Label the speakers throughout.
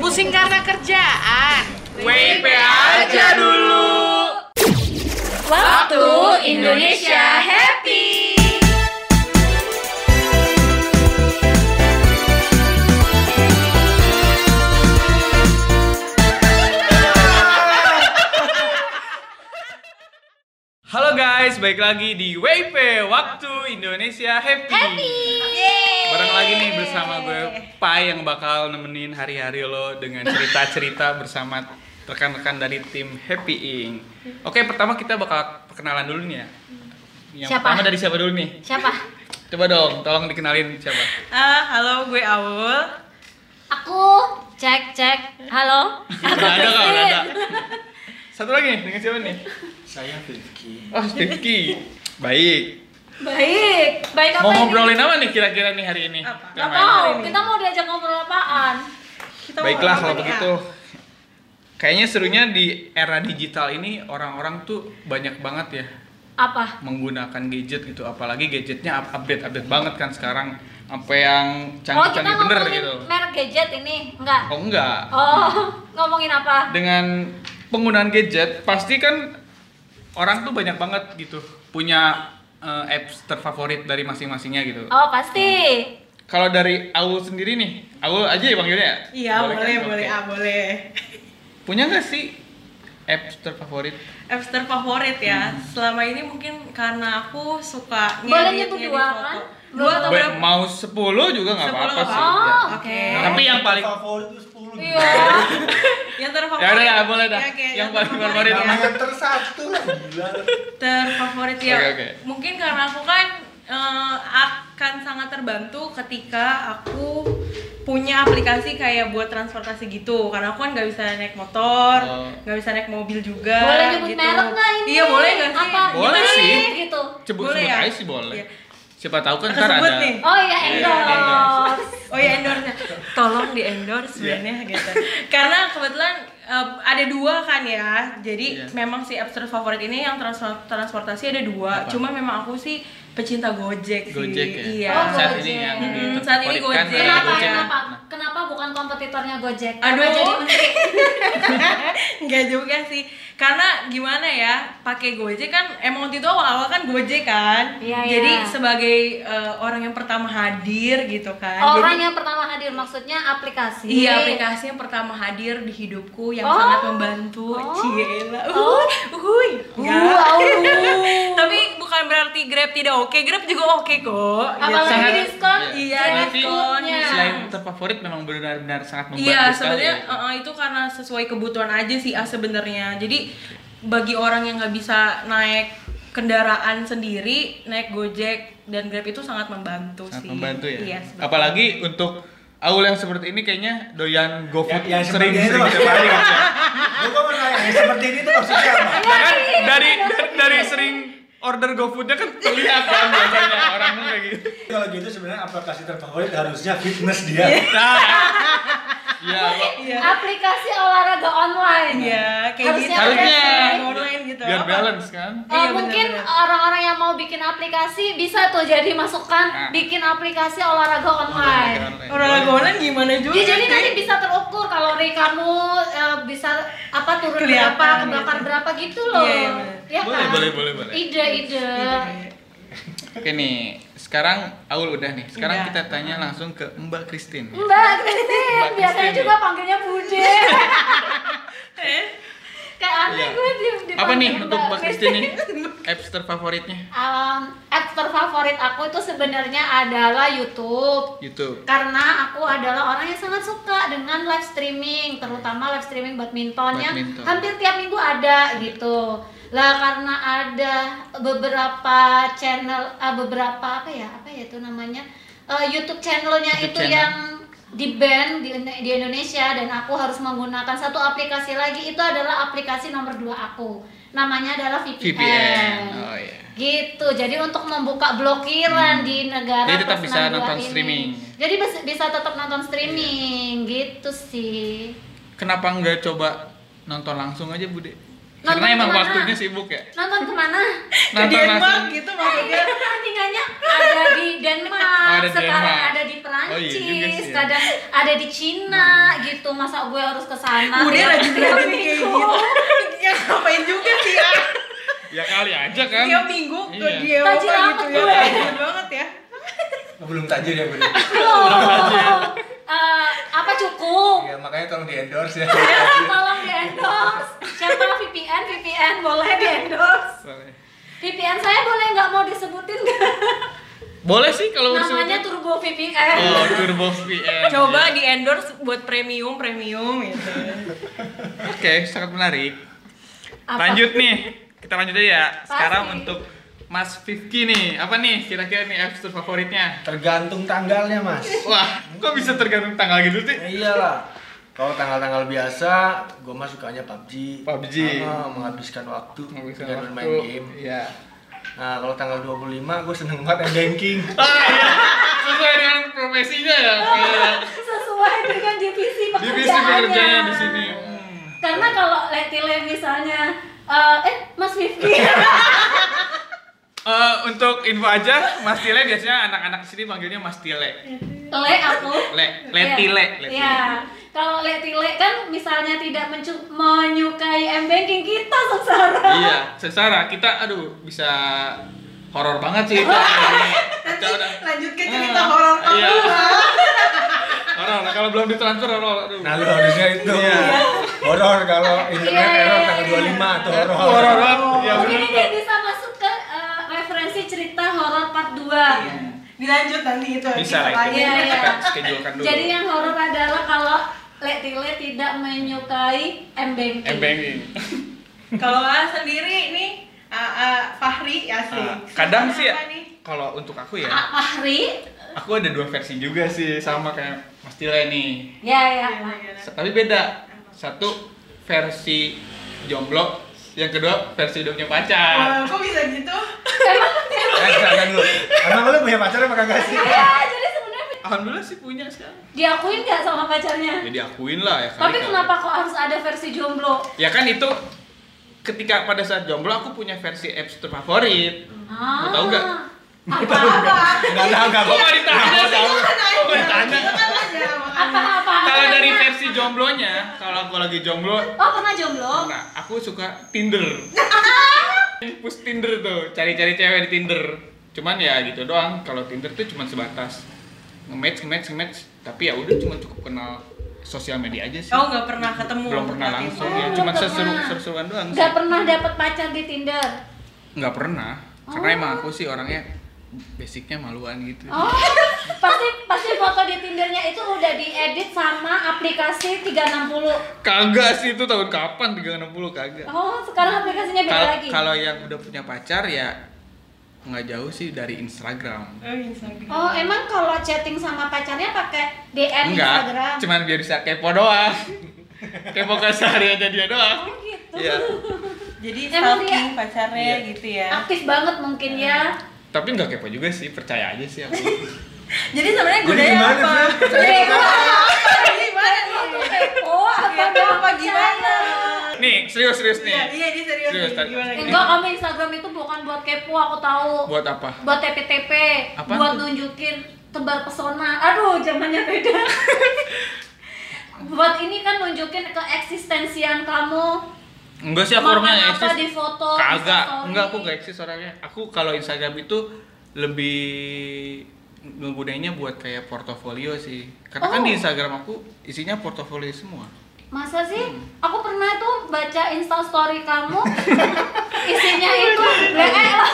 Speaker 1: Pusing karena kerjaan.
Speaker 2: WP aja dulu.
Speaker 1: Waktu Indonesia happy.
Speaker 2: Halo guys, baik lagi di WP Waktu Indonesia Happy. Bareng lagi nih bersama gue Pai yang bakal nemenin hari-hari lo dengan cerita-cerita bersama rekan-rekan dari tim Happy Ing. Oke, pertama kita bakal perkenalan dulu nih ya. Yang
Speaker 1: Siapa?
Speaker 2: pertama dari siapa dulu nih?
Speaker 1: Siapa?
Speaker 2: Coba dong, tolong dikenalin siapa.
Speaker 3: Ah, halo, gue Awul.
Speaker 1: Aku cek cek. Halo. Aku
Speaker 2: Nggak ada kok, nggak ada.
Speaker 1: Christine.
Speaker 2: Satu lagi nih, dengan siapa nih?
Speaker 4: Saya Rifki.
Speaker 2: Oh, Rifki. Baik.
Speaker 1: Baik. Baik apa
Speaker 2: Mau
Speaker 1: ini?
Speaker 2: ngobrolin apa nih kira-kira nih hari ini?
Speaker 3: Apa?
Speaker 1: Nggak
Speaker 2: Temanya.
Speaker 1: tahu.
Speaker 3: ini?
Speaker 1: Kita mau diajak ngobrol apaan?
Speaker 3: Kita mau
Speaker 2: Baiklah
Speaker 3: apa
Speaker 2: kalau
Speaker 3: nih,
Speaker 2: begitu. Kayaknya serunya di era digital ini orang-orang tuh banyak banget ya
Speaker 1: Apa?
Speaker 2: menggunakan gadget gitu, apalagi gadgetnya up- update-update banget kan sekarang apa yang
Speaker 1: oh kita
Speaker 2: canggih-canggih bener
Speaker 1: ngomongin
Speaker 2: gitu.
Speaker 1: merek gadget ini enggak?
Speaker 2: Oh enggak.
Speaker 1: Oh ngomongin apa?
Speaker 2: Dengan penggunaan gadget pasti kan orang tuh banyak banget gitu punya eh, apps terfavorit dari masing-masingnya gitu.
Speaker 1: Oh pasti.
Speaker 2: Kalau dari Aul sendiri nih, Aul aja ya panggilnya ya?
Speaker 3: Ah? Iya, boleh, boleh,
Speaker 2: kan? Oke.
Speaker 3: ah, boleh.
Speaker 2: Punya nggak sih apps terfavorit?
Speaker 3: Apps terfavorit ya.
Speaker 2: Hmm.
Speaker 3: Selama ini mungkin karena aku suka
Speaker 1: Boleh
Speaker 3: ngedit,
Speaker 1: nyebut
Speaker 3: ngedit
Speaker 1: dua
Speaker 3: foto.
Speaker 1: kan?
Speaker 3: Dua atau
Speaker 2: Be-
Speaker 3: berapa?
Speaker 2: mau 10 juga nggak
Speaker 3: Sepuluh
Speaker 2: apa-apa sih.
Speaker 1: apa-apa.
Speaker 2: Ya.
Speaker 1: Oh,
Speaker 3: Oke.
Speaker 2: Nah, Tapi yang paling
Speaker 4: favorit itu 10.
Speaker 1: Iya.
Speaker 3: Yang terfavorit.
Speaker 2: Ya udah, ya, boleh dah.
Speaker 3: Ya, oke,
Speaker 2: Yang paling favorit.
Speaker 3: ya.
Speaker 4: Namanya tersatu lah gila.
Speaker 3: Terfavorit ya.
Speaker 2: Oke, oke.
Speaker 3: Mungkin karena aku kan eh, akan sangat terbantu ketika aku punya aplikasi kayak buat transportasi gitu karena aku kan nggak bisa naik motor
Speaker 2: Oh.
Speaker 3: nggak bisa naik mobil juga
Speaker 1: boleh nyebut
Speaker 3: gitu.
Speaker 1: merek nggak ini?
Speaker 3: iya boleh nggak sih
Speaker 1: Apa?
Speaker 2: Boleh
Speaker 1: Gimana
Speaker 2: sih.
Speaker 1: nih? Gitu.
Speaker 2: Cebu
Speaker 3: Boleh
Speaker 2: sebut
Speaker 3: ya?
Speaker 2: aja sih boleh.
Speaker 3: Iya.
Speaker 2: Siapa tahu kan
Speaker 3: Aku
Speaker 2: ntar
Speaker 3: sebut
Speaker 2: ada.
Speaker 3: nih.
Speaker 1: Oh iya endorse.
Speaker 3: Oh ya endorse Tolong di endorse
Speaker 2: Iya.
Speaker 3: sebenarnya gitu. Karena kebetulan eh, ada dua kan ya. Jadi
Speaker 2: Iya.
Speaker 3: memang si apps favorit ini yang trans- transportasi ada dua.
Speaker 2: Apa?
Speaker 3: Cuma memang aku sih pecinta Gojek,
Speaker 2: Gojek ya.
Speaker 3: sih. Iya.
Speaker 1: Oh,
Speaker 2: Saat
Speaker 1: Gojek.
Speaker 2: ini yang
Speaker 3: Hmm,
Speaker 2: diterfavoritkan
Speaker 3: saat ini Gojek.
Speaker 2: adalah
Speaker 1: Kenapa?
Speaker 2: Gojek.
Speaker 1: Kenapa?
Speaker 2: Nah,
Speaker 1: Kenapa bukan kompetitornya Gojek?
Speaker 3: Aduh.
Speaker 1: Kenapa jadi menteri.
Speaker 3: Enggak juga sih. Karena gimana ya, pakai Gojek kan emang waktu itu awal-awal kan Gojek kan.
Speaker 1: Iya,
Speaker 3: Jadi
Speaker 1: iya.
Speaker 3: sebagai eh, orang yang pertama hadir gitu kan. Jadi-
Speaker 1: Orang yang pertama hadir maksudnya aplikasi.
Speaker 3: Iya, aplikasi yang pertama hadir di hidupku yang
Speaker 1: Oh.
Speaker 3: sangat membantu.
Speaker 1: Oh.
Speaker 3: Ciela.
Speaker 1: Oh.
Speaker 3: Uhuy.
Speaker 1: Uh,
Speaker 3: Uhuy. Enggak.
Speaker 1: auh.
Speaker 3: Tapi bukan berarti Grab tidak oke. Grab juga oke kok.
Speaker 1: Apalagi
Speaker 2: Sangat-
Speaker 1: diskon.
Speaker 3: Iya,
Speaker 2: berarti
Speaker 3: diskonnya.
Speaker 2: Selain terfavorit memang benar-benar sangat membantu
Speaker 3: Iya,
Speaker 2: sekali
Speaker 3: sebenarnya
Speaker 2: ya.
Speaker 3: eh, itu karena sesuai kebutuhan aja sih ah, sebenarnya. Jadi bagi orang yang nggak bisa naik kendaraan sendiri, naik Gojek dan Grab itu sangat membantu
Speaker 2: sangat
Speaker 3: sih.
Speaker 2: membantu ya.
Speaker 3: Iya, sebenarnya.
Speaker 2: Apalagi untuk Aul yang seperti ini kayaknya doyan GoFood
Speaker 4: Ya, yang
Speaker 2: sering
Speaker 4: seperti itu
Speaker 2: sering
Speaker 4: maksudnya
Speaker 2: kali.
Speaker 4: apa? Gua kok menanya yang seperti ini tuh maksudnya apa?
Speaker 2: Bahkan dari dari sering order GoFoodnya kan terlihat kan biasanya orang tuh kayak gitu.
Speaker 4: Kalau gitu sebenarnya aplikasi terfavorit harusnya fitness dia.
Speaker 2: Nah, iya, lo-
Speaker 3: Iya.
Speaker 1: Aplikasi olahraga online.
Speaker 3: Iya, kayak
Speaker 1: Harusnya
Speaker 3: gitu.
Speaker 2: harusnya.
Speaker 3: online gitu.
Speaker 2: biar
Speaker 3: Apa?
Speaker 2: balance kan.
Speaker 1: Eh,
Speaker 3: Iya,
Speaker 1: mungkin
Speaker 3: benar-benar.
Speaker 1: orang-orang yang mau bikin aplikasi bisa tuh jadi masukan
Speaker 2: Ah.
Speaker 1: bikin aplikasi olahraga online.
Speaker 3: Olahraga online gimana juga? Iya,
Speaker 1: Ya, jadi
Speaker 3: sih?
Speaker 1: nanti bisa terukur kalori kamu eh, bisa apa turun
Speaker 3: Kelihatan,
Speaker 1: berapa, kebakar berapa gitu loh.
Speaker 3: Iya, iya,
Speaker 1: Ya
Speaker 2: Boleh,
Speaker 1: kan?
Speaker 2: boleh, boleh, boleh.
Speaker 1: Ide-ide.
Speaker 2: Oke nih, sekarang Aul udah nih. Sekarang
Speaker 3: Udah.
Speaker 2: kita tanya langsung ke Mbak Christine.
Speaker 1: Mbak Christine,
Speaker 2: Mbak ya.
Speaker 1: biasanya
Speaker 2: Christine.
Speaker 1: juga panggilnya Bude.
Speaker 3: Eh,
Speaker 1: Kayak aneh
Speaker 2: Iya.
Speaker 1: gue di- dipanggil
Speaker 2: Apa nih untuk Mbak Christine nih?
Speaker 1: Christine.
Speaker 2: Apps terfavoritnya?
Speaker 1: Um, apps terfavorit aku itu sebenarnya adalah YouTube.
Speaker 2: YouTube.
Speaker 1: karena aku adalah orang yang sangat suka dengan live streaming terutama live streaming badminton yang
Speaker 2: Badminton.
Speaker 1: hampir tiap minggu ada gitu lah karena ada beberapa channel eh, beberapa apa ya apa ya itu namanya Eh, YouTube channelnya
Speaker 2: YouTube
Speaker 1: itu
Speaker 2: channel.
Speaker 1: yang di ban di, di Indonesia dan aku harus menggunakan satu aplikasi lagi itu adalah aplikasi nomor dua aku namanya adalah VPN,
Speaker 2: VPN. Oh iya. Hmm.
Speaker 1: gitu jadi untuk membuka blokiran di negara
Speaker 2: Jadi tetap
Speaker 1: plus
Speaker 2: bisa
Speaker 1: 62
Speaker 2: nonton
Speaker 1: ini.
Speaker 2: streaming. Iya.
Speaker 1: jadi bisa, bisa tetap nonton streaming gitu sih
Speaker 2: Kenapa nggak coba nonton langsung aja, Bude?
Speaker 1: Nonton
Speaker 2: Karena emang
Speaker 1: kemana?
Speaker 2: waktunya sibuk ya.
Speaker 1: nonton kemana
Speaker 3: ke
Speaker 2: Nonton
Speaker 3: Denmark
Speaker 2: langsung.
Speaker 3: gitu
Speaker 1: Nah, ini
Speaker 3: maksudnya.
Speaker 1: kan pertandingannya ada di Denmark
Speaker 2: Oh, ada di
Speaker 1: sekarang
Speaker 2: Denmark.
Speaker 1: ada di
Speaker 2: iya
Speaker 1: Perancis
Speaker 2: Hmm.
Speaker 1: Perancis,
Speaker 2: juga sih ya.
Speaker 1: kadang ada di Cina gitu. Masa gue harus ke sana?
Speaker 2: Uh,
Speaker 3: Udah
Speaker 1: Ya,
Speaker 3: rajin-rajin kayak gitu. Ya ngapain juga sih ya.
Speaker 2: ya kali aja kan
Speaker 3: Tiap minggu ke
Speaker 2: Iya.
Speaker 3: dia
Speaker 1: Tajir amat
Speaker 3: gitu ya.
Speaker 1: gue.
Speaker 3: Tajir banget ya.
Speaker 4: Oh, belum tajir ya belum.
Speaker 1: Loh, eh, apa cukup?
Speaker 5: Iya,
Speaker 4: ya makanya tolong di endorse ya.
Speaker 2: Iya.
Speaker 1: Tolong di endorse. Siapa VPN? VPN boleh di endorse.
Speaker 2: Soalnya.
Speaker 1: VPN saya boleh nggak mau disebutin nggak?
Speaker 2: boleh sih kalau
Speaker 1: Namanya gitu.
Speaker 2: bersebutan.
Speaker 1: Turbo VPN.
Speaker 2: oh turbo VN
Speaker 3: Coba
Speaker 2: Iya.
Speaker 3: di endorse buat premium premium gitu.
Speaker 2: oke sangat menarik
Speaker 1: Apa?
Speaker 2: lanjut nih kita lanjut aja ya sekarang
Speaker 1: Pasti.
Speaker 2: untuk Mas Fifki nih apa nih kira-kira nih episode favoritnya
Speaker 5: Tergantung tanggalnya mas.
Speaker 2: wah kok bisa tergantung tanggal gitu sih
Speaker 5: Ya iyalah. Kalau tanggal-tanggal biasa, gue mah sukanya PUBG.
Speaker 2: PUBG.
Speaker 5: Ah, menghabiskan waktu
Speaker 2: Ngabisin waktu.
Speaker 5: dengan bermain game.
Speaker 2: Iya.
Speaker 5: Nah, kalau tanggal 25 gue seneng banget banking.
Speaker 2: Ah, iya. Sesuai dengan profesinya ya.
Speaker 1: Iya.
Speaker 2: Kayak
Speaker 1: sesuai dengan divisi
Speaker 2: Divisi pekerjaannya di sini. Hmm.
Speaker 1: Karena kalau Letile misalnya eh, eh Mas Rifki
Speaker 2: Eh, untuk info aja, Mas Tile biasanya anak-anak di sini manggilnya Mas Tile.
Speaker 1: Le aku
Speaker 2: Le, Letile,
Speaker 1: Iya.
Speaker 2: Letile.
Speaker 1: Iya. Kalau Letile kan misalnya tidak mencu- menyukai M-Banking kita sengsara
Speaker 2: iya, secara kita aduh bisa horor banget sih itu. Kacau dah.
Speaker 3: Lanjut ke
Speaker 2: cerita Ah,
Speaker 3: horor
Speaker 2: kamu iya. Horor kalau belum ditransfer horor aduh.
Speaker 5: Nah, lu harusnya itu.
Speaker 2: Iya.
Speaker 5: Horor kalau internet
Speaker 1: Iya, iya,
Speaker 5: error
Speaker 1: iya,
Speaker 5: tanggal
Speaker 1: iya.
Speaker 5: 25 tuh horor.
Speaker 2: Horor banget. Iya benar
Speaker 1: Mungkin ini
Speaker 2: tuh.
Speaker 1: bisa masuk ke eh, referensi cerita horor part 2
Speaker 2: Iya.
Speaker 3: Dilanjut nanti itu
Speaker 2: Bisa lah itu.
Speaker 1: Iya, iya.
Speaker 2: Kita schedule-kan dulu.
Speaker 1: Jadi yang horor adalah kalau Letile tidak menyukai M-Banking
Speaker 2: Embengin.
Speaker 3: Kalau A sendiri nih A, A, Fahri ya sih.
Speaker 2: Ah, kadang sih
Speaker 3: Apa nih?
Speaker 2: kalau untuk aku ya
Speaker 1: Ah, Fahri
Speaker 2: aku ada dua versi juga sih sama kayak Mas Tile nih
Speaker 1: Ya
Speaker 3: Iya,
Speaker 1: ya.
Speaker 2: S- tapi beda satu versi jomblo yang kedua versi udah punya pacar
Speaker 1: Oh.
Speaker 3: Wah, kok bisa gitu?
Speaker 5: Eh, jangan lu. Emang lu punya pacar apa kagak sih?
Speaker 1: Ya, jadi sebenarnya
Speaker 2: alhamdulillah sih punya sekarang
Speaker 1: diakuin nggak sama pacarnya?
Speaker 2: jadi akuin lah ya kali
Speaker 1: Tapi
Speaker 2: kali.
Speaker 1: kenapa kok harus ada versi jomblo?
Speaker 2: ya kan itu ketika pada saat jomblo aku punya versi apps terfavorit
Speaker 1: Ah.
Speaker 2: tahu nggak?
Speaker 1: Apa?
Speaker 5: Enggak tahu enggak
Speaker 2: kok nggak
Speaker 1: Iya,
Speaker 2: ditanya sih Kok nggak ditanya?
Speaker 1: Apa apa?
Speaker 2: kalau dari versi jomblonya kalau aku lagi jomblo
Speaker 1: Oh, pernah jomblo?
Speaker 2: nah aku suka Tinder push Tinder tuh cari-cari cewek di Tinder cuman ya gitu doang kalau Tinder tuh cuman sebatas nge-match nge-match nge-match tapi ya udah cuman cukup kenal sosial media aja sih
Speaker 3: Oh, nggak pernah ketemu.
Speaker 2: Ah. belum pernah langsung ya
Speaker 1: Oh,
Speaker 2: cuman
Speaker 1: belum
Speaker 2: seseru
Speaker 1: pernah.
Speaker 2: seru-seruan doang sih
Speaker 1: Nggak pernah dapat pacar di Tinder.
Speaker 2: nggak pernah karena
Speaker 1: Oh.
Speaker 2: emang aku sih orangnya basicnya maluan gitu
Speaker 1: Oh, pasti pasti foto di Tindernya itu udah diedit sama aplikasi 360.
Speaker 2: kagak sih itu tahun kapan 360 kagak
Speaker 1: Oh, sekarang aplikasinya beda
Speaker 2: Kal-
Speaker 1: lagi.
Speaker 2: kalau yang udah punya pacar ya nggak jauh sih dari Instagram
Speaker 3: Oh, Instagram.
Speaker 1: Oh, emang kalau chatting sama pacarnya pakai DM
Speaker 2: Enggak,
Speaker 1: Instagram?
Speaker 2: cuman biar bisa kepo doang. kepo kesehariannya dia doang.
Speaker 1: Oh, gitu.
Speaker 2: Iya.
Speaker 3: Jadi
Speaker 1: Emang dia-
Speaker 3: stalking pacarnya
Speaker 2: Iya.
Speaker 3: gitu ya.
Speaker 1: Aktif banget mungkin ya.
Speaker 2: Tapi nggak kepo juga sih, percaya aja sih aku.
Speaker 3: Jadi sebenarnya
Speaker 5: Jadi
Speaker 3: godaannya
Speaker 5: gimana
Speaker 3: apa?
Speaker 5: sih?
Speaker 3: Gimana
Speaker 1: Itu
Speaker 3: nih?
Speaker 1: kepo apa
Speaker 3: Apa
Speaker 1: nggak
Speaker 3: apa gimana?
Speaker 2: nih, serius-serius
Speaker 3: Iya,
Speaker 2: nih.
Speaker 3: iya, ini serius.
Speaker 2: Serius,
Speaker 3: nih.
Speaker 2: tadi.
Speaker 3: Gimana
Speaker 1: percaya?
Speaker 3: gimana?
Speaker 1: Enggak, kamu Instagram itu bukan buat kepo, aku tahu.
Speaker 2: Buat apa?
Speaker 1: Buat TPTP,
Speaker 2: Apa
Speaker 1: buat
Speaker 2: tuh?
Speaker 1: nunjukin tebar pesona. Aduh, zamannya beda. buat ini kan nunjukin keeksistensian kamu.
Speaker 2: Enggak sih aku
Speaker 1: Makan
Speaker 2: orangnya
Speaker 1: apa di foto,
Speaker 2: Kagak,
Speaker 1: Instastory.
Speaker 2: enggak aku nggak eksis orangnya. Aku kalau Instagram itu lebih menggunainnya buat kayak portofolio sih. Karena kan
Speaker 1: Oh.
Speaker 2: di Instagram aku isinya portofolio semua.
Speaker 1: Masa sih?
Speaker 3: Hmm.
Speaker 1: Aku pernah tuh baca Insta story kamu. isinya itu leek lah.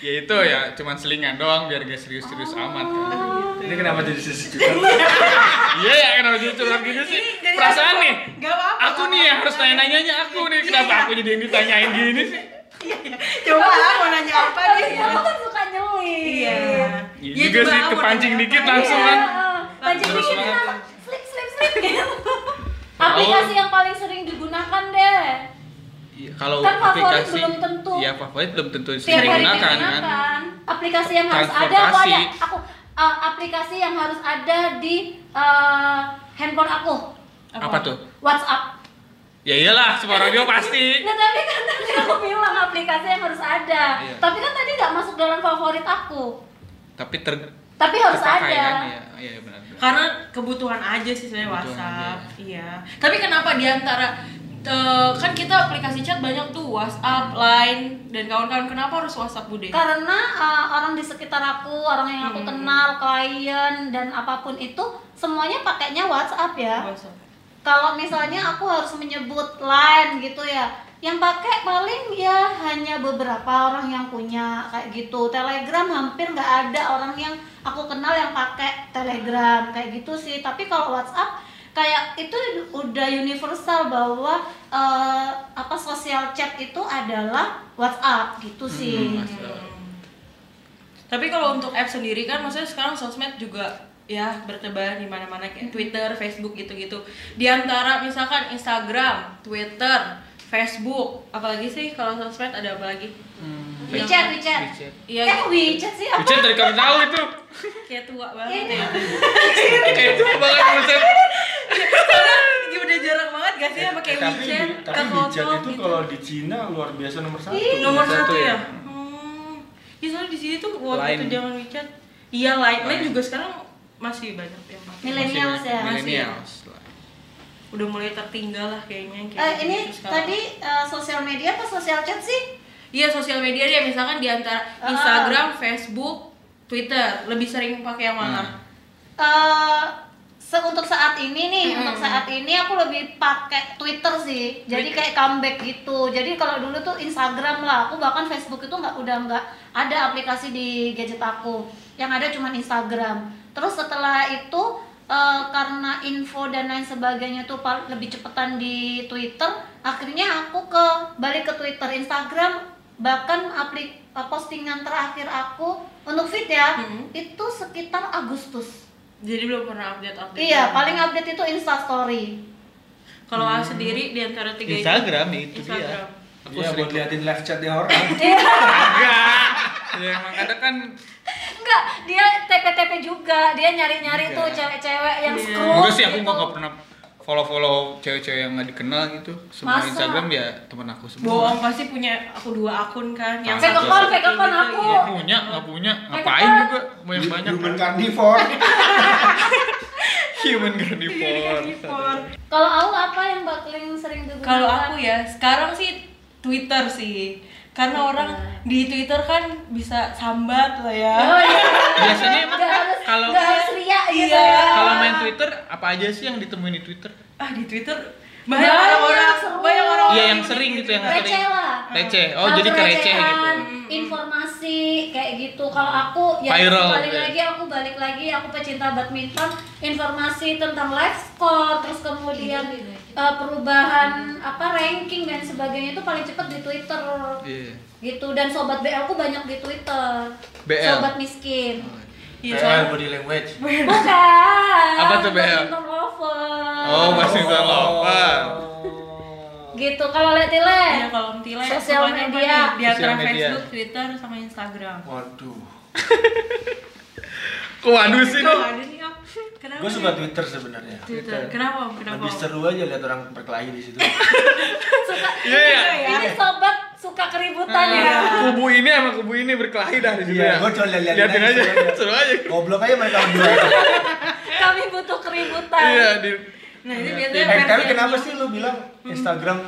Speaker 2: Ya itu ya,
Speaker 1: Iya.
Speaker 2: cuman selingan doang biar gak serius-serius
Speaker 1: Oh.
Speaker 2: amat kan.
Speaker 4: Ini kenapa jadi sesuatu?
Speaker 2: Iya ya, kenapa jadi curhat gitu sih?
Speaker 3: Ini dari
Speaker 2: Perasaan
Speaker 3: aku.
Speaker 2: nih,
Speaker 3: Nggak apa-apa,
Speaker 2: aku
Speaker 3: nggak
Speaker 2: nih yang
Speaker 3: apa-apa.
Speaker 2: harus nanya-nanyanya aku nih. Kenapa
Speaker 3: Iya.
Speaker 2: aku jadi yang ditanyain gini sih?
Speaker 3: Coba lah mau nanya apa
Speaker 1: Tapi
Speaker 3: nih?
Speaker 1: kamu kan suka nyelip.
Speaker 3: Iya.
Speaker 2: Iya
Speaker 3: Iya,
Speaker 2: juga
Speaker 3: coba
Speaker 2: sih,
Speaker 3: aku mau
Speaker 2: kepancing
Speaker 3: nanya
Speaker 2: dikit
Speaker 3: apa.
Speaker 2: langsung ya.
Speaker 1: Iya,
Speaker 2: kan.
Speaker 1: heeh. Banjir
Speaker 2: Terus
Speaker 1: dikit
Speaker 2: banget.
Speaker 1: kan slip slip slip gitu. Aplikasi yang paling sering digunakan deh.
Speaker 2: Iya, Kalau
Speaker 1: Kan favorit
Speaker 2: aplikasi,
Speaker 1: belum tentu.
Speaker 2: Iya favorit belum tentu
Speaker 1: Tiap
Speaker 2: sering
Speaker 1: hari
Speaker 2: digunakan
Speaker 1: digunakan.
Speaker 2: kan.
Speaker 1: Aplikasi yang harus ada aku
Speaker 2: Transportasi.
Speaker 1: ada. Aku eh, aplikasi yang harus ada di eh, handphone aku.
Speaker 2: Apa tuh?
Speaker 1: WhatsApp.
Speaker 2: Ya iyalah, semua orang juga pasti.
Speaker 1: Nah tapi kan tadi aku bilang aplikasi yang harus ada.
Speaker 2: Iya.
Speaker 1: Tapi kan tadi nggak masuk dalam favorit aku.
Speaker 2: Tapi ter
Speaker 1: Tapi harus
Speaker 2: Kepakai
Speaker 1: ada.
Speaker 2: kan, Iya, iya benar. benar.
Speaker 3: karena kebutuhan aja sih sebenarnya
Speaker 2: Kebutuhan
Speaker 3: WhatsApp
Speaker 2: aja.
Speaker 3: iya tapi kenapa diantara eh, kan kita aplikasi chat banyak tuh WhatsApp, Line dan kawan-kawan kenapa harus WhatsApp Bude?
Speaker 1: Karena uh, orang di sekitar aku, orang yang aku kenal, klien dan apapun itu semuanya pakainya WhatsApp ya.
Speaker 3: WhatsApp.
Speaker 1: Kalau misalnya aku harus menyebut line gitu ya, yang pakai paling ya hanya beberapa orang yang punya kayak gitu. Telegram hampir nggak ada orang yang aku kenal yang pakai Telegram kayak gitu sih. Tapi kalau WhatsApp kayak itu udah universal bahwa eh, apa sosial chat itu adalah WhatsApp gitu sih.
Speaker 3: Tapi kalau untuk app sendiri kan maksudnya sekarang sosmed juga ya bertebaran di mana-mana kayak Twitter, Facebook gitu-gitu. Di antara misalkan Instagram, Twitter, Facebook, apalagi sih kalau sosmed ada apa lagi?
Speaker 1: WeChat, WeChat.
Speaker 2: WeChat.
Speaker 3: Iya.
Speaker 1: Eh, WeChat sih apa?
Speaker 2: Ucet dari kamu tahu itu.
Speaker 3: Kayak tua banget ya.
Speaker 1: Iya,
Speaker 2: Kayak itu banget Ucet.
Speaker 3: Karena udah jarang banget gak sih sama kayak
Speaker 5: Eh, tapi
Speaker 3: Iya, WeChat,
Speaker 5: tapi
Speaker 3: Kakao
Speaker 5: WeChat
Speaker 3: Talk
Speaker 5: itu
Speaker 3: gitu.
Speaker 5: kalau di Cina luar biasa nomor satu.
Speaker 3: nomor satu
Speaker 2: satu
Speaker 3: ya.
Speaker 2: ya?
Speaker 3: Hmm. Ya soalnya di sini tuh waktu itu
Speaker 2: Line.
Speaker 3: zaman WeChat. Iya, Line, Line
Speaker 2: Line.
Speaker 3: juga sekarang masih banyak yang pakai.
Speaker 1: Millennials ya.
Speaker 2: Millennials. lah.
Speaker 3: Udah mulai tertinggal lah
Speaker 1: Eh,
Speaker 3: kayaknya. kayak gitu
Speaker 1: ini
Speaker 3: sekarang.
Speaker 1: tadi eh, sosial media apa sosial chat sih?
Speaker 3: Iya sosial media deh misalkan di antara
Speaker 1: Ah.
Speaker 3: Instagram, Facebook, Twitter lebih sering pakai yang
Speaker 2: Nah.
Speaker 3: mana?
Speaker 1: eh se- untuk saat ini nih,
Speaker 3: Mm-mm.
Speaker 1: untuk saat ini aku lebih pakai Twitter sih. Jadi kayak comeback gitu. Jadi kalau dulu tuh Instagram lah, aku bahkan Facebook itu nggak udah nggak ada aplikasi di gadget aku. Yang ada cuma Instagram. Terus setelah itu eh, karena info dan lain sebagainya tuh pal- lebih cepetan di Twitter, akhirnya aku ke balik ke Twitter, Instagram bahkan aplik eh, postingan terakhir aku untuk feed ya
Speaker 3: Mm-mm.
Speaker 1: itu sekitar Agustus.
Speaker 3: Jadi belum pernah update update.
Speaker 1: Iya, paling update itu Insta Story.
Speaker 3: Kalau aku sendiri di antara tiga itu-
Speaker 2: Instagram ya, itu
Speaker 3: Instagram.
Speaker 2: dia. Aku
Speaker 5: Iya
Speaker 2: sering
Speaker 5: buat liatin live chatnya orang.
Speaker 2: Enggak. Ya emang kadang kan
Speaker 1: Enggak, dia TP-TP juga. Dia nyari-nyari tuh cewek-cewek yang
Speaker 3: Iya.
Speaker 1: screw.
Speaker 2: enggak sih aku
Speaker 1: gitu.
Speaker 2: nggak nggak pernah follow-follow cewek-cewek yang nggak dikenal gitu. Semua
Speaker 1: Masa?
Speaker 2: Instagram ya teman aku semua.
Speaker 3: Bohong pasti punya aku dua akun kan.
Speaker 1: Fake
Speaker 3: satu
Speaker 1: account,
Speaker 3: kayak
Speaker 1: fake account
Speaker 3: gitu,
Speaker 1: aku.
Speaker 3: iya.
Speaker 2: Nggak punya, nggak punya. Ngapain
Speaker 1: Mereka-
Speaker 2: juga mau yang iya, banyak.
Speaker 5: Human carnivore.
Speaker 2: Human
Speaker 3: Iya, di
Speaker 2: carnivore.
Speaker 3: carnivore.
Speaker 1: Kalau aku apa yang bakalan sering digunakan?
Speaker 3: Kalau aku ya sekarang sih Twitter sih. Karena orang di Twitter kan bisa sambat lah ya.
Speaker 1: Oh iya.
Speaker 2: Biasanya emang
Speaker 1: Nggak harus
Speaker 2: kalau-
Speaker 1: nggak harus ria gitu
Speaker 3: Iya.
Speaker 1: ya.
Speaker 2: Kalau main Twitter, apa aja sih yang ditemuin di Twitter?
Speaker 3: Ah di Twitter banyak
Speaker 1: Banyak,
Speaker 3: orang-orang
Speaker 1: seru.
Speaker 3: banyak orang-orang
Speaker 2: Iya, yang sering gitu, yang
Speaker 3: Twitter.
Speaker 2: sering.
Speaker 1: receh lah.
Speaker 2: Receh. Oh,
Speaker 1: Hal
Speaker 2: jadi kereceh gitu.
Speaker 1: kerecehan, Informasi kayak gitu. Kalau aku ya
Speaker 2: Viral
Speaker 1: balik
Speaker 2: gitu ya.
Speaker 1: lagi aku balik lagi aku pecinta badminton, informasi tentang live score terus kemudian eh, perubahan apa ranking dan sebagainya itu paling cepat di Twitter.
Speaker 2: Iya.
Speaker 1: Gitu dan sobat BL ku banyak di Twitter.
Speaker 2: BL?
Speaker 1: Sobat miskin.
Speaker 3: Iya,
Speaker 5: Kayak
Speaker 3: soalnya-
Speaker 5: Eh, body language.
Speaker 2: Oh,
Speaker 1: Bukan.
Speaker 2: iya. Apa tuh BL?
Speaker 1: Badminton lover.
Speaker 2: Oh, masih bisa lover.
Speaker 1: Gitu kalau lihat
Speaker 3: Iya,
Speaker 1: Tile.
Speaker 3: kalau Mtila ya,
Speaker 1: Sosial
Speaker 3: pokoknya
Speaker 1: media.
Speaker 3: apa nih? Di antara
Speaker 2: Sosial media.
Speaker 3: Facebook, Twitter, sama Instagram.
Speaker 5: Waduh.
Speaker 2: Kok waduh sih
Speaker 3: Kok
Speaker 2: nih?
Speaker 3: ada nih, Om? Kenapa?
Speaker 5: Gue suka Twitter sebenarnya.
Speaker 3: Twitter. Kenapa, Om? Kenapa?
Speaker 5: Lebih
Speaker 3: Om?
Speaker 5: seru aja lihat orang berkelahi di situ.
Speaker 1: Suka
Speaker 2: Iya, iya.
Speaker 1: ini sobat suka keributan ya.
Speaker 2: Kubu ini emang kubu ini berkelahi dah di sini.
Speaker 5: Iya,
Speaker 2: ya.
Speaker 5: gua cuma liat-liatin
Speaker 2: Liatin
Speaker 5: aja,
Speaker 2: aja.
Speaker 5: seru aja.
Speaker 2: Seru aja.
Speaker 5: Goblok aja mereka berdua. Eh,
Speaker 1: Kami butuh keributan.
Speaker 2: Iya, di
Speaker 3: Nah, ini
Speaker 2: iya,
Speaker 3: biasanya
Speaker 5: Eh, tapi
Speaker 3: versi-
Speaker 5: kenapa sih lu bilang Instagram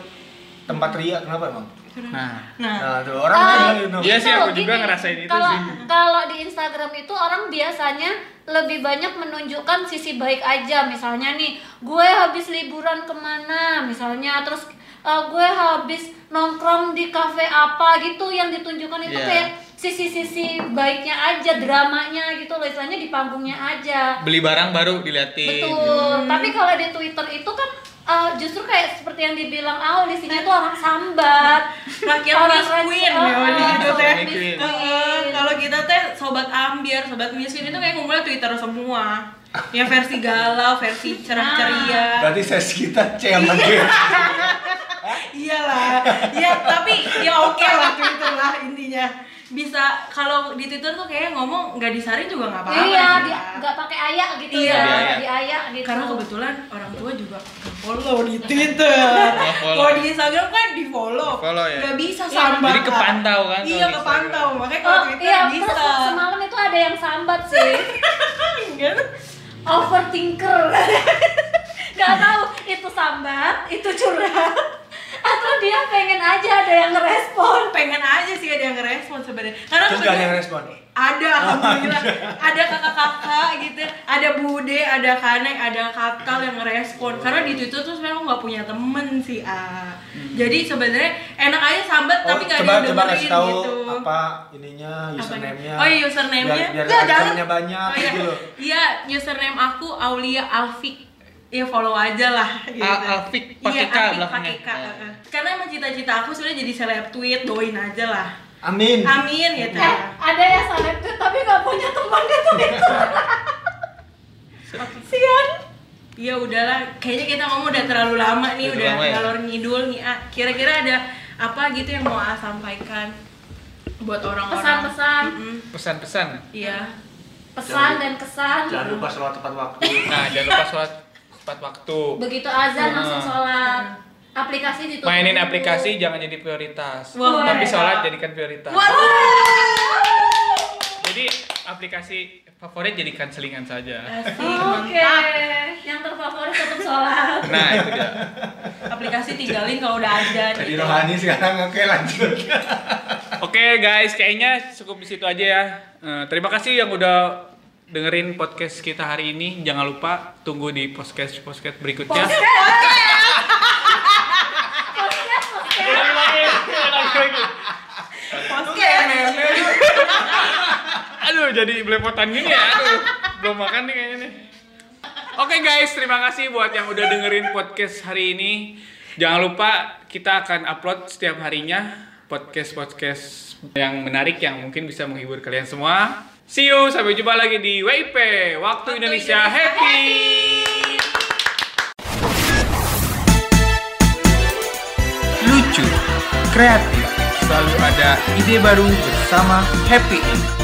Speaker 5: tempat ria? Kenapa emang?
Speaker 2: Nah,
Speaker 3: Nah,
Speaker 5: Nah, tuh orang
Speaker 1: Ah,
Speaker 5: kan bilang gitu.
Speaker 2: Iya sih, aku
Speaker 1: gitu,
Speaker 2: juga ngerasain itu
Speaker 1: kalau,
Speaker 2: sih.
Speaker 1: Kalau di Instagram itu orang biasanya lebih banyak menunjukkan sisi baik aja. Misalnya nih, gue habis liburan kemana, misalnya terus eh, gue habis nongkrong di kafe apa gitu yang ditunjukkan itu
Speaker 2: Iya.
Speaker 1: kayak sisi-sisi baiknya aja, dramanya gitu loh, istilahnya di panggungnya aja.
Speaker 2: beli barang baru
Speaker 5: Iya.
Speaker 2: diliatin.
Speaker 1: Betul.
Speaker 2: Hmm.
Speaker 1: Tapi kalau di Twitter itu kan uh, justru kayak seperti yang dibilang awal di sini tuh orang sambat.
Speaker 3: rakyat
Speaker 1: Orang
Speaker 3: Miss
Speaker 1: rakyat-
Speaker 3: Queen
Speaker 1: oh,
Speaker 3: ya, Om, di situ
Speaker 2: oh,
Speaker 3: teh.
Speaker 2: Miss Queen.
Speaker 3: Heeh, eh, Kalau kita teh sobat ambiar, sobat Miss Queen itu kayak ngumpulnya Twitter semua. Ya versi galau, versi cerah ceria.
Speaker 5: Berarti ses kita C
Speaker 3: Iya,
Speaker 5: sama G. Oh,
Speaker 3: iyalah ya tapi ya oke lah Twitter lah intinya bisa kalau di Twitter tuh kayaknya ngomong nggak disaring juga nggak
Speaker 1: iya,
Speaker 3: apa-apa sih
Speaker 1: dia
Speaker 3: ya.
Speaker 1: nggak pakai ayak gitu
Speaker 3: Iya.
Speaker 1: ya,
Speaker 2: Nggak
Speaker 1: nggak di ayak gitu.
Speaker 3: karena kebetulan orang tua juga nggak follow di Twitter
Speaker 2: Nggak follow.
Speaker 3: kalau di Instagram kan di follow
Speaker 2: Di-follow ya.
Speaker 3: nggak bisa sambat
Speaker 2: Jadi kepantau kan
Speaker 3: iya
Speaker 2: kalau di
Speaker 3: kepantau makanya kalau
Speaker 1: Oh
Speaker 3: Twitter
Speaker 1: iya, terus
Speaker 3: bisa
Speaker 1: semalam itu ada yang sambat sih. Overthinker. Gak tahu itu sambat, itu curhat, atau dia pengen aja ada yang ngerespon.
Speaker 3: pengen aja sih ada yang ngerespon sebenarnya karena
Speaker 5: Terus gak ada yang
Speaker 3: maksudnya-
Speaker 5: respon?
Speaker 3: ada alhamdulillah ada kakak-kakak gitu ada bude ada kaneng ada kakak yang ngerespon karena di twitter tuh sebenarnya aku nggak punya temen sih ah
Speaker 2: Hmm.
Speaker 3: jadi sebenarnya enak aja sambat
Speaker 5: Oh,
Speaker 3: tapi gak ada yang
Speaker 5: coba coba
Speaker 3: dengerin
Speaker 5: kasih tahu
Speaker 3: gitu
Speaker 5: apa ininya username-nya.
Speaker 3: Oh iya username-nya.
Speaker 5: Biar, biar
Speaker 3: Nggak,
Speaker 5: acaranya
Speaker 3: jangan.
Speaker 5: banyak
Speaker 3: Oh, iya.
Speaker 5: gitu loh.
Speaker 3: Iya, username aku Aulia Alfik. Ya follow aja lah gitu.
Speaker 2: Al- Alfik, pakai
Speaker 3: Iya,
Speaker 2: K
Speaker 3: Alfik,
Speaker 2: belakangnya.
Speaker 3: pakai K, heeh. Karena emang cita-cita aku sebenarnya jadi seleb tweet, doain aja lah.
Speaker 5: Amin.
Speaker 3: Amin gitu.
Speaker 1: Eh, ada ya seleb tuh tapi gak punya teman gitu
Speaker 3: Iya.
Speaker 1: gitu. Sian.
Speaker 3: Ya udahlah, kayaknya kita ngomong udah terlalu lama nih,
Speaker 2: Udah
Speaker 3: udah
Speaker 2: lama ya?
Speaker 3: ngalor ngidul nih. Ah, kira-kira ada apa gitu yang mau A sampaikan buat orang-orang?
Speaker 1: Pesan-pesan,
Speaker 3: Mm-mm.
Speaker 2: Pesan-pesan.
Speaker 3: Iya.
Speaker 1: pesan dan kesan.
Speaker 5: Jangan lupa sholat tepat waktu.
Speaker 2: Nah, jangan lupa sholat tepat waktu.
Speaker 1: Begitu azan
Speaker 3: Iya.
Speaker 2: Hmm.
Speaker 1: langsung sholat. Aplikasi ditutup.
Speaker 2: Mainin
Speaker 1: dulu.
Speaker 2: aplikasi jangan jadi prioritas.
Speaker 3: Wah.
Speaker 2: Tapi sholat jadikan prioritas.
Speaker 3: Waduh.
Speaker 2: Jadi aplikasi favorit jadikan selingan saja.
Speaker 3: Asik,
Speaker 1: Oke.
Speaker 3: mantap.
Speaker 1: Yang terfavorit tetap sholat.
Speaker 2: Nah, itu dia.
Speaker 3: aplikasi tinggalin kalau udah ada gitu.
Speaker 5: Jadi rohani sekarang oke lanjut.
Speaker 2: Oke guys, kayaknya cukup di situ aja ya. Eh, terima kasih yang udah dengerin podcast kita hari ini. Jangan lupa tunggu di podcast podcast berikutnya. Ulangi lagi, ulangi lagi.
Speaker 3: 啊
Speaker 2: Aduh, jadi belepotan gini ya. Aduh, belum makan nih kayaknya nih. Oke guys, terima kasih buat yang udah dengerin podcast hari ini. Jangan lupa kita akan upload setiap harinya podcast-podcast yang menarik yang mungkin bisa menghibur kalian semua. See you, sampai jumpa lagi di WIP Waktu, Indonesia, Happy. Lucu, kreatif, selalu ada ide baru bersama Happy End.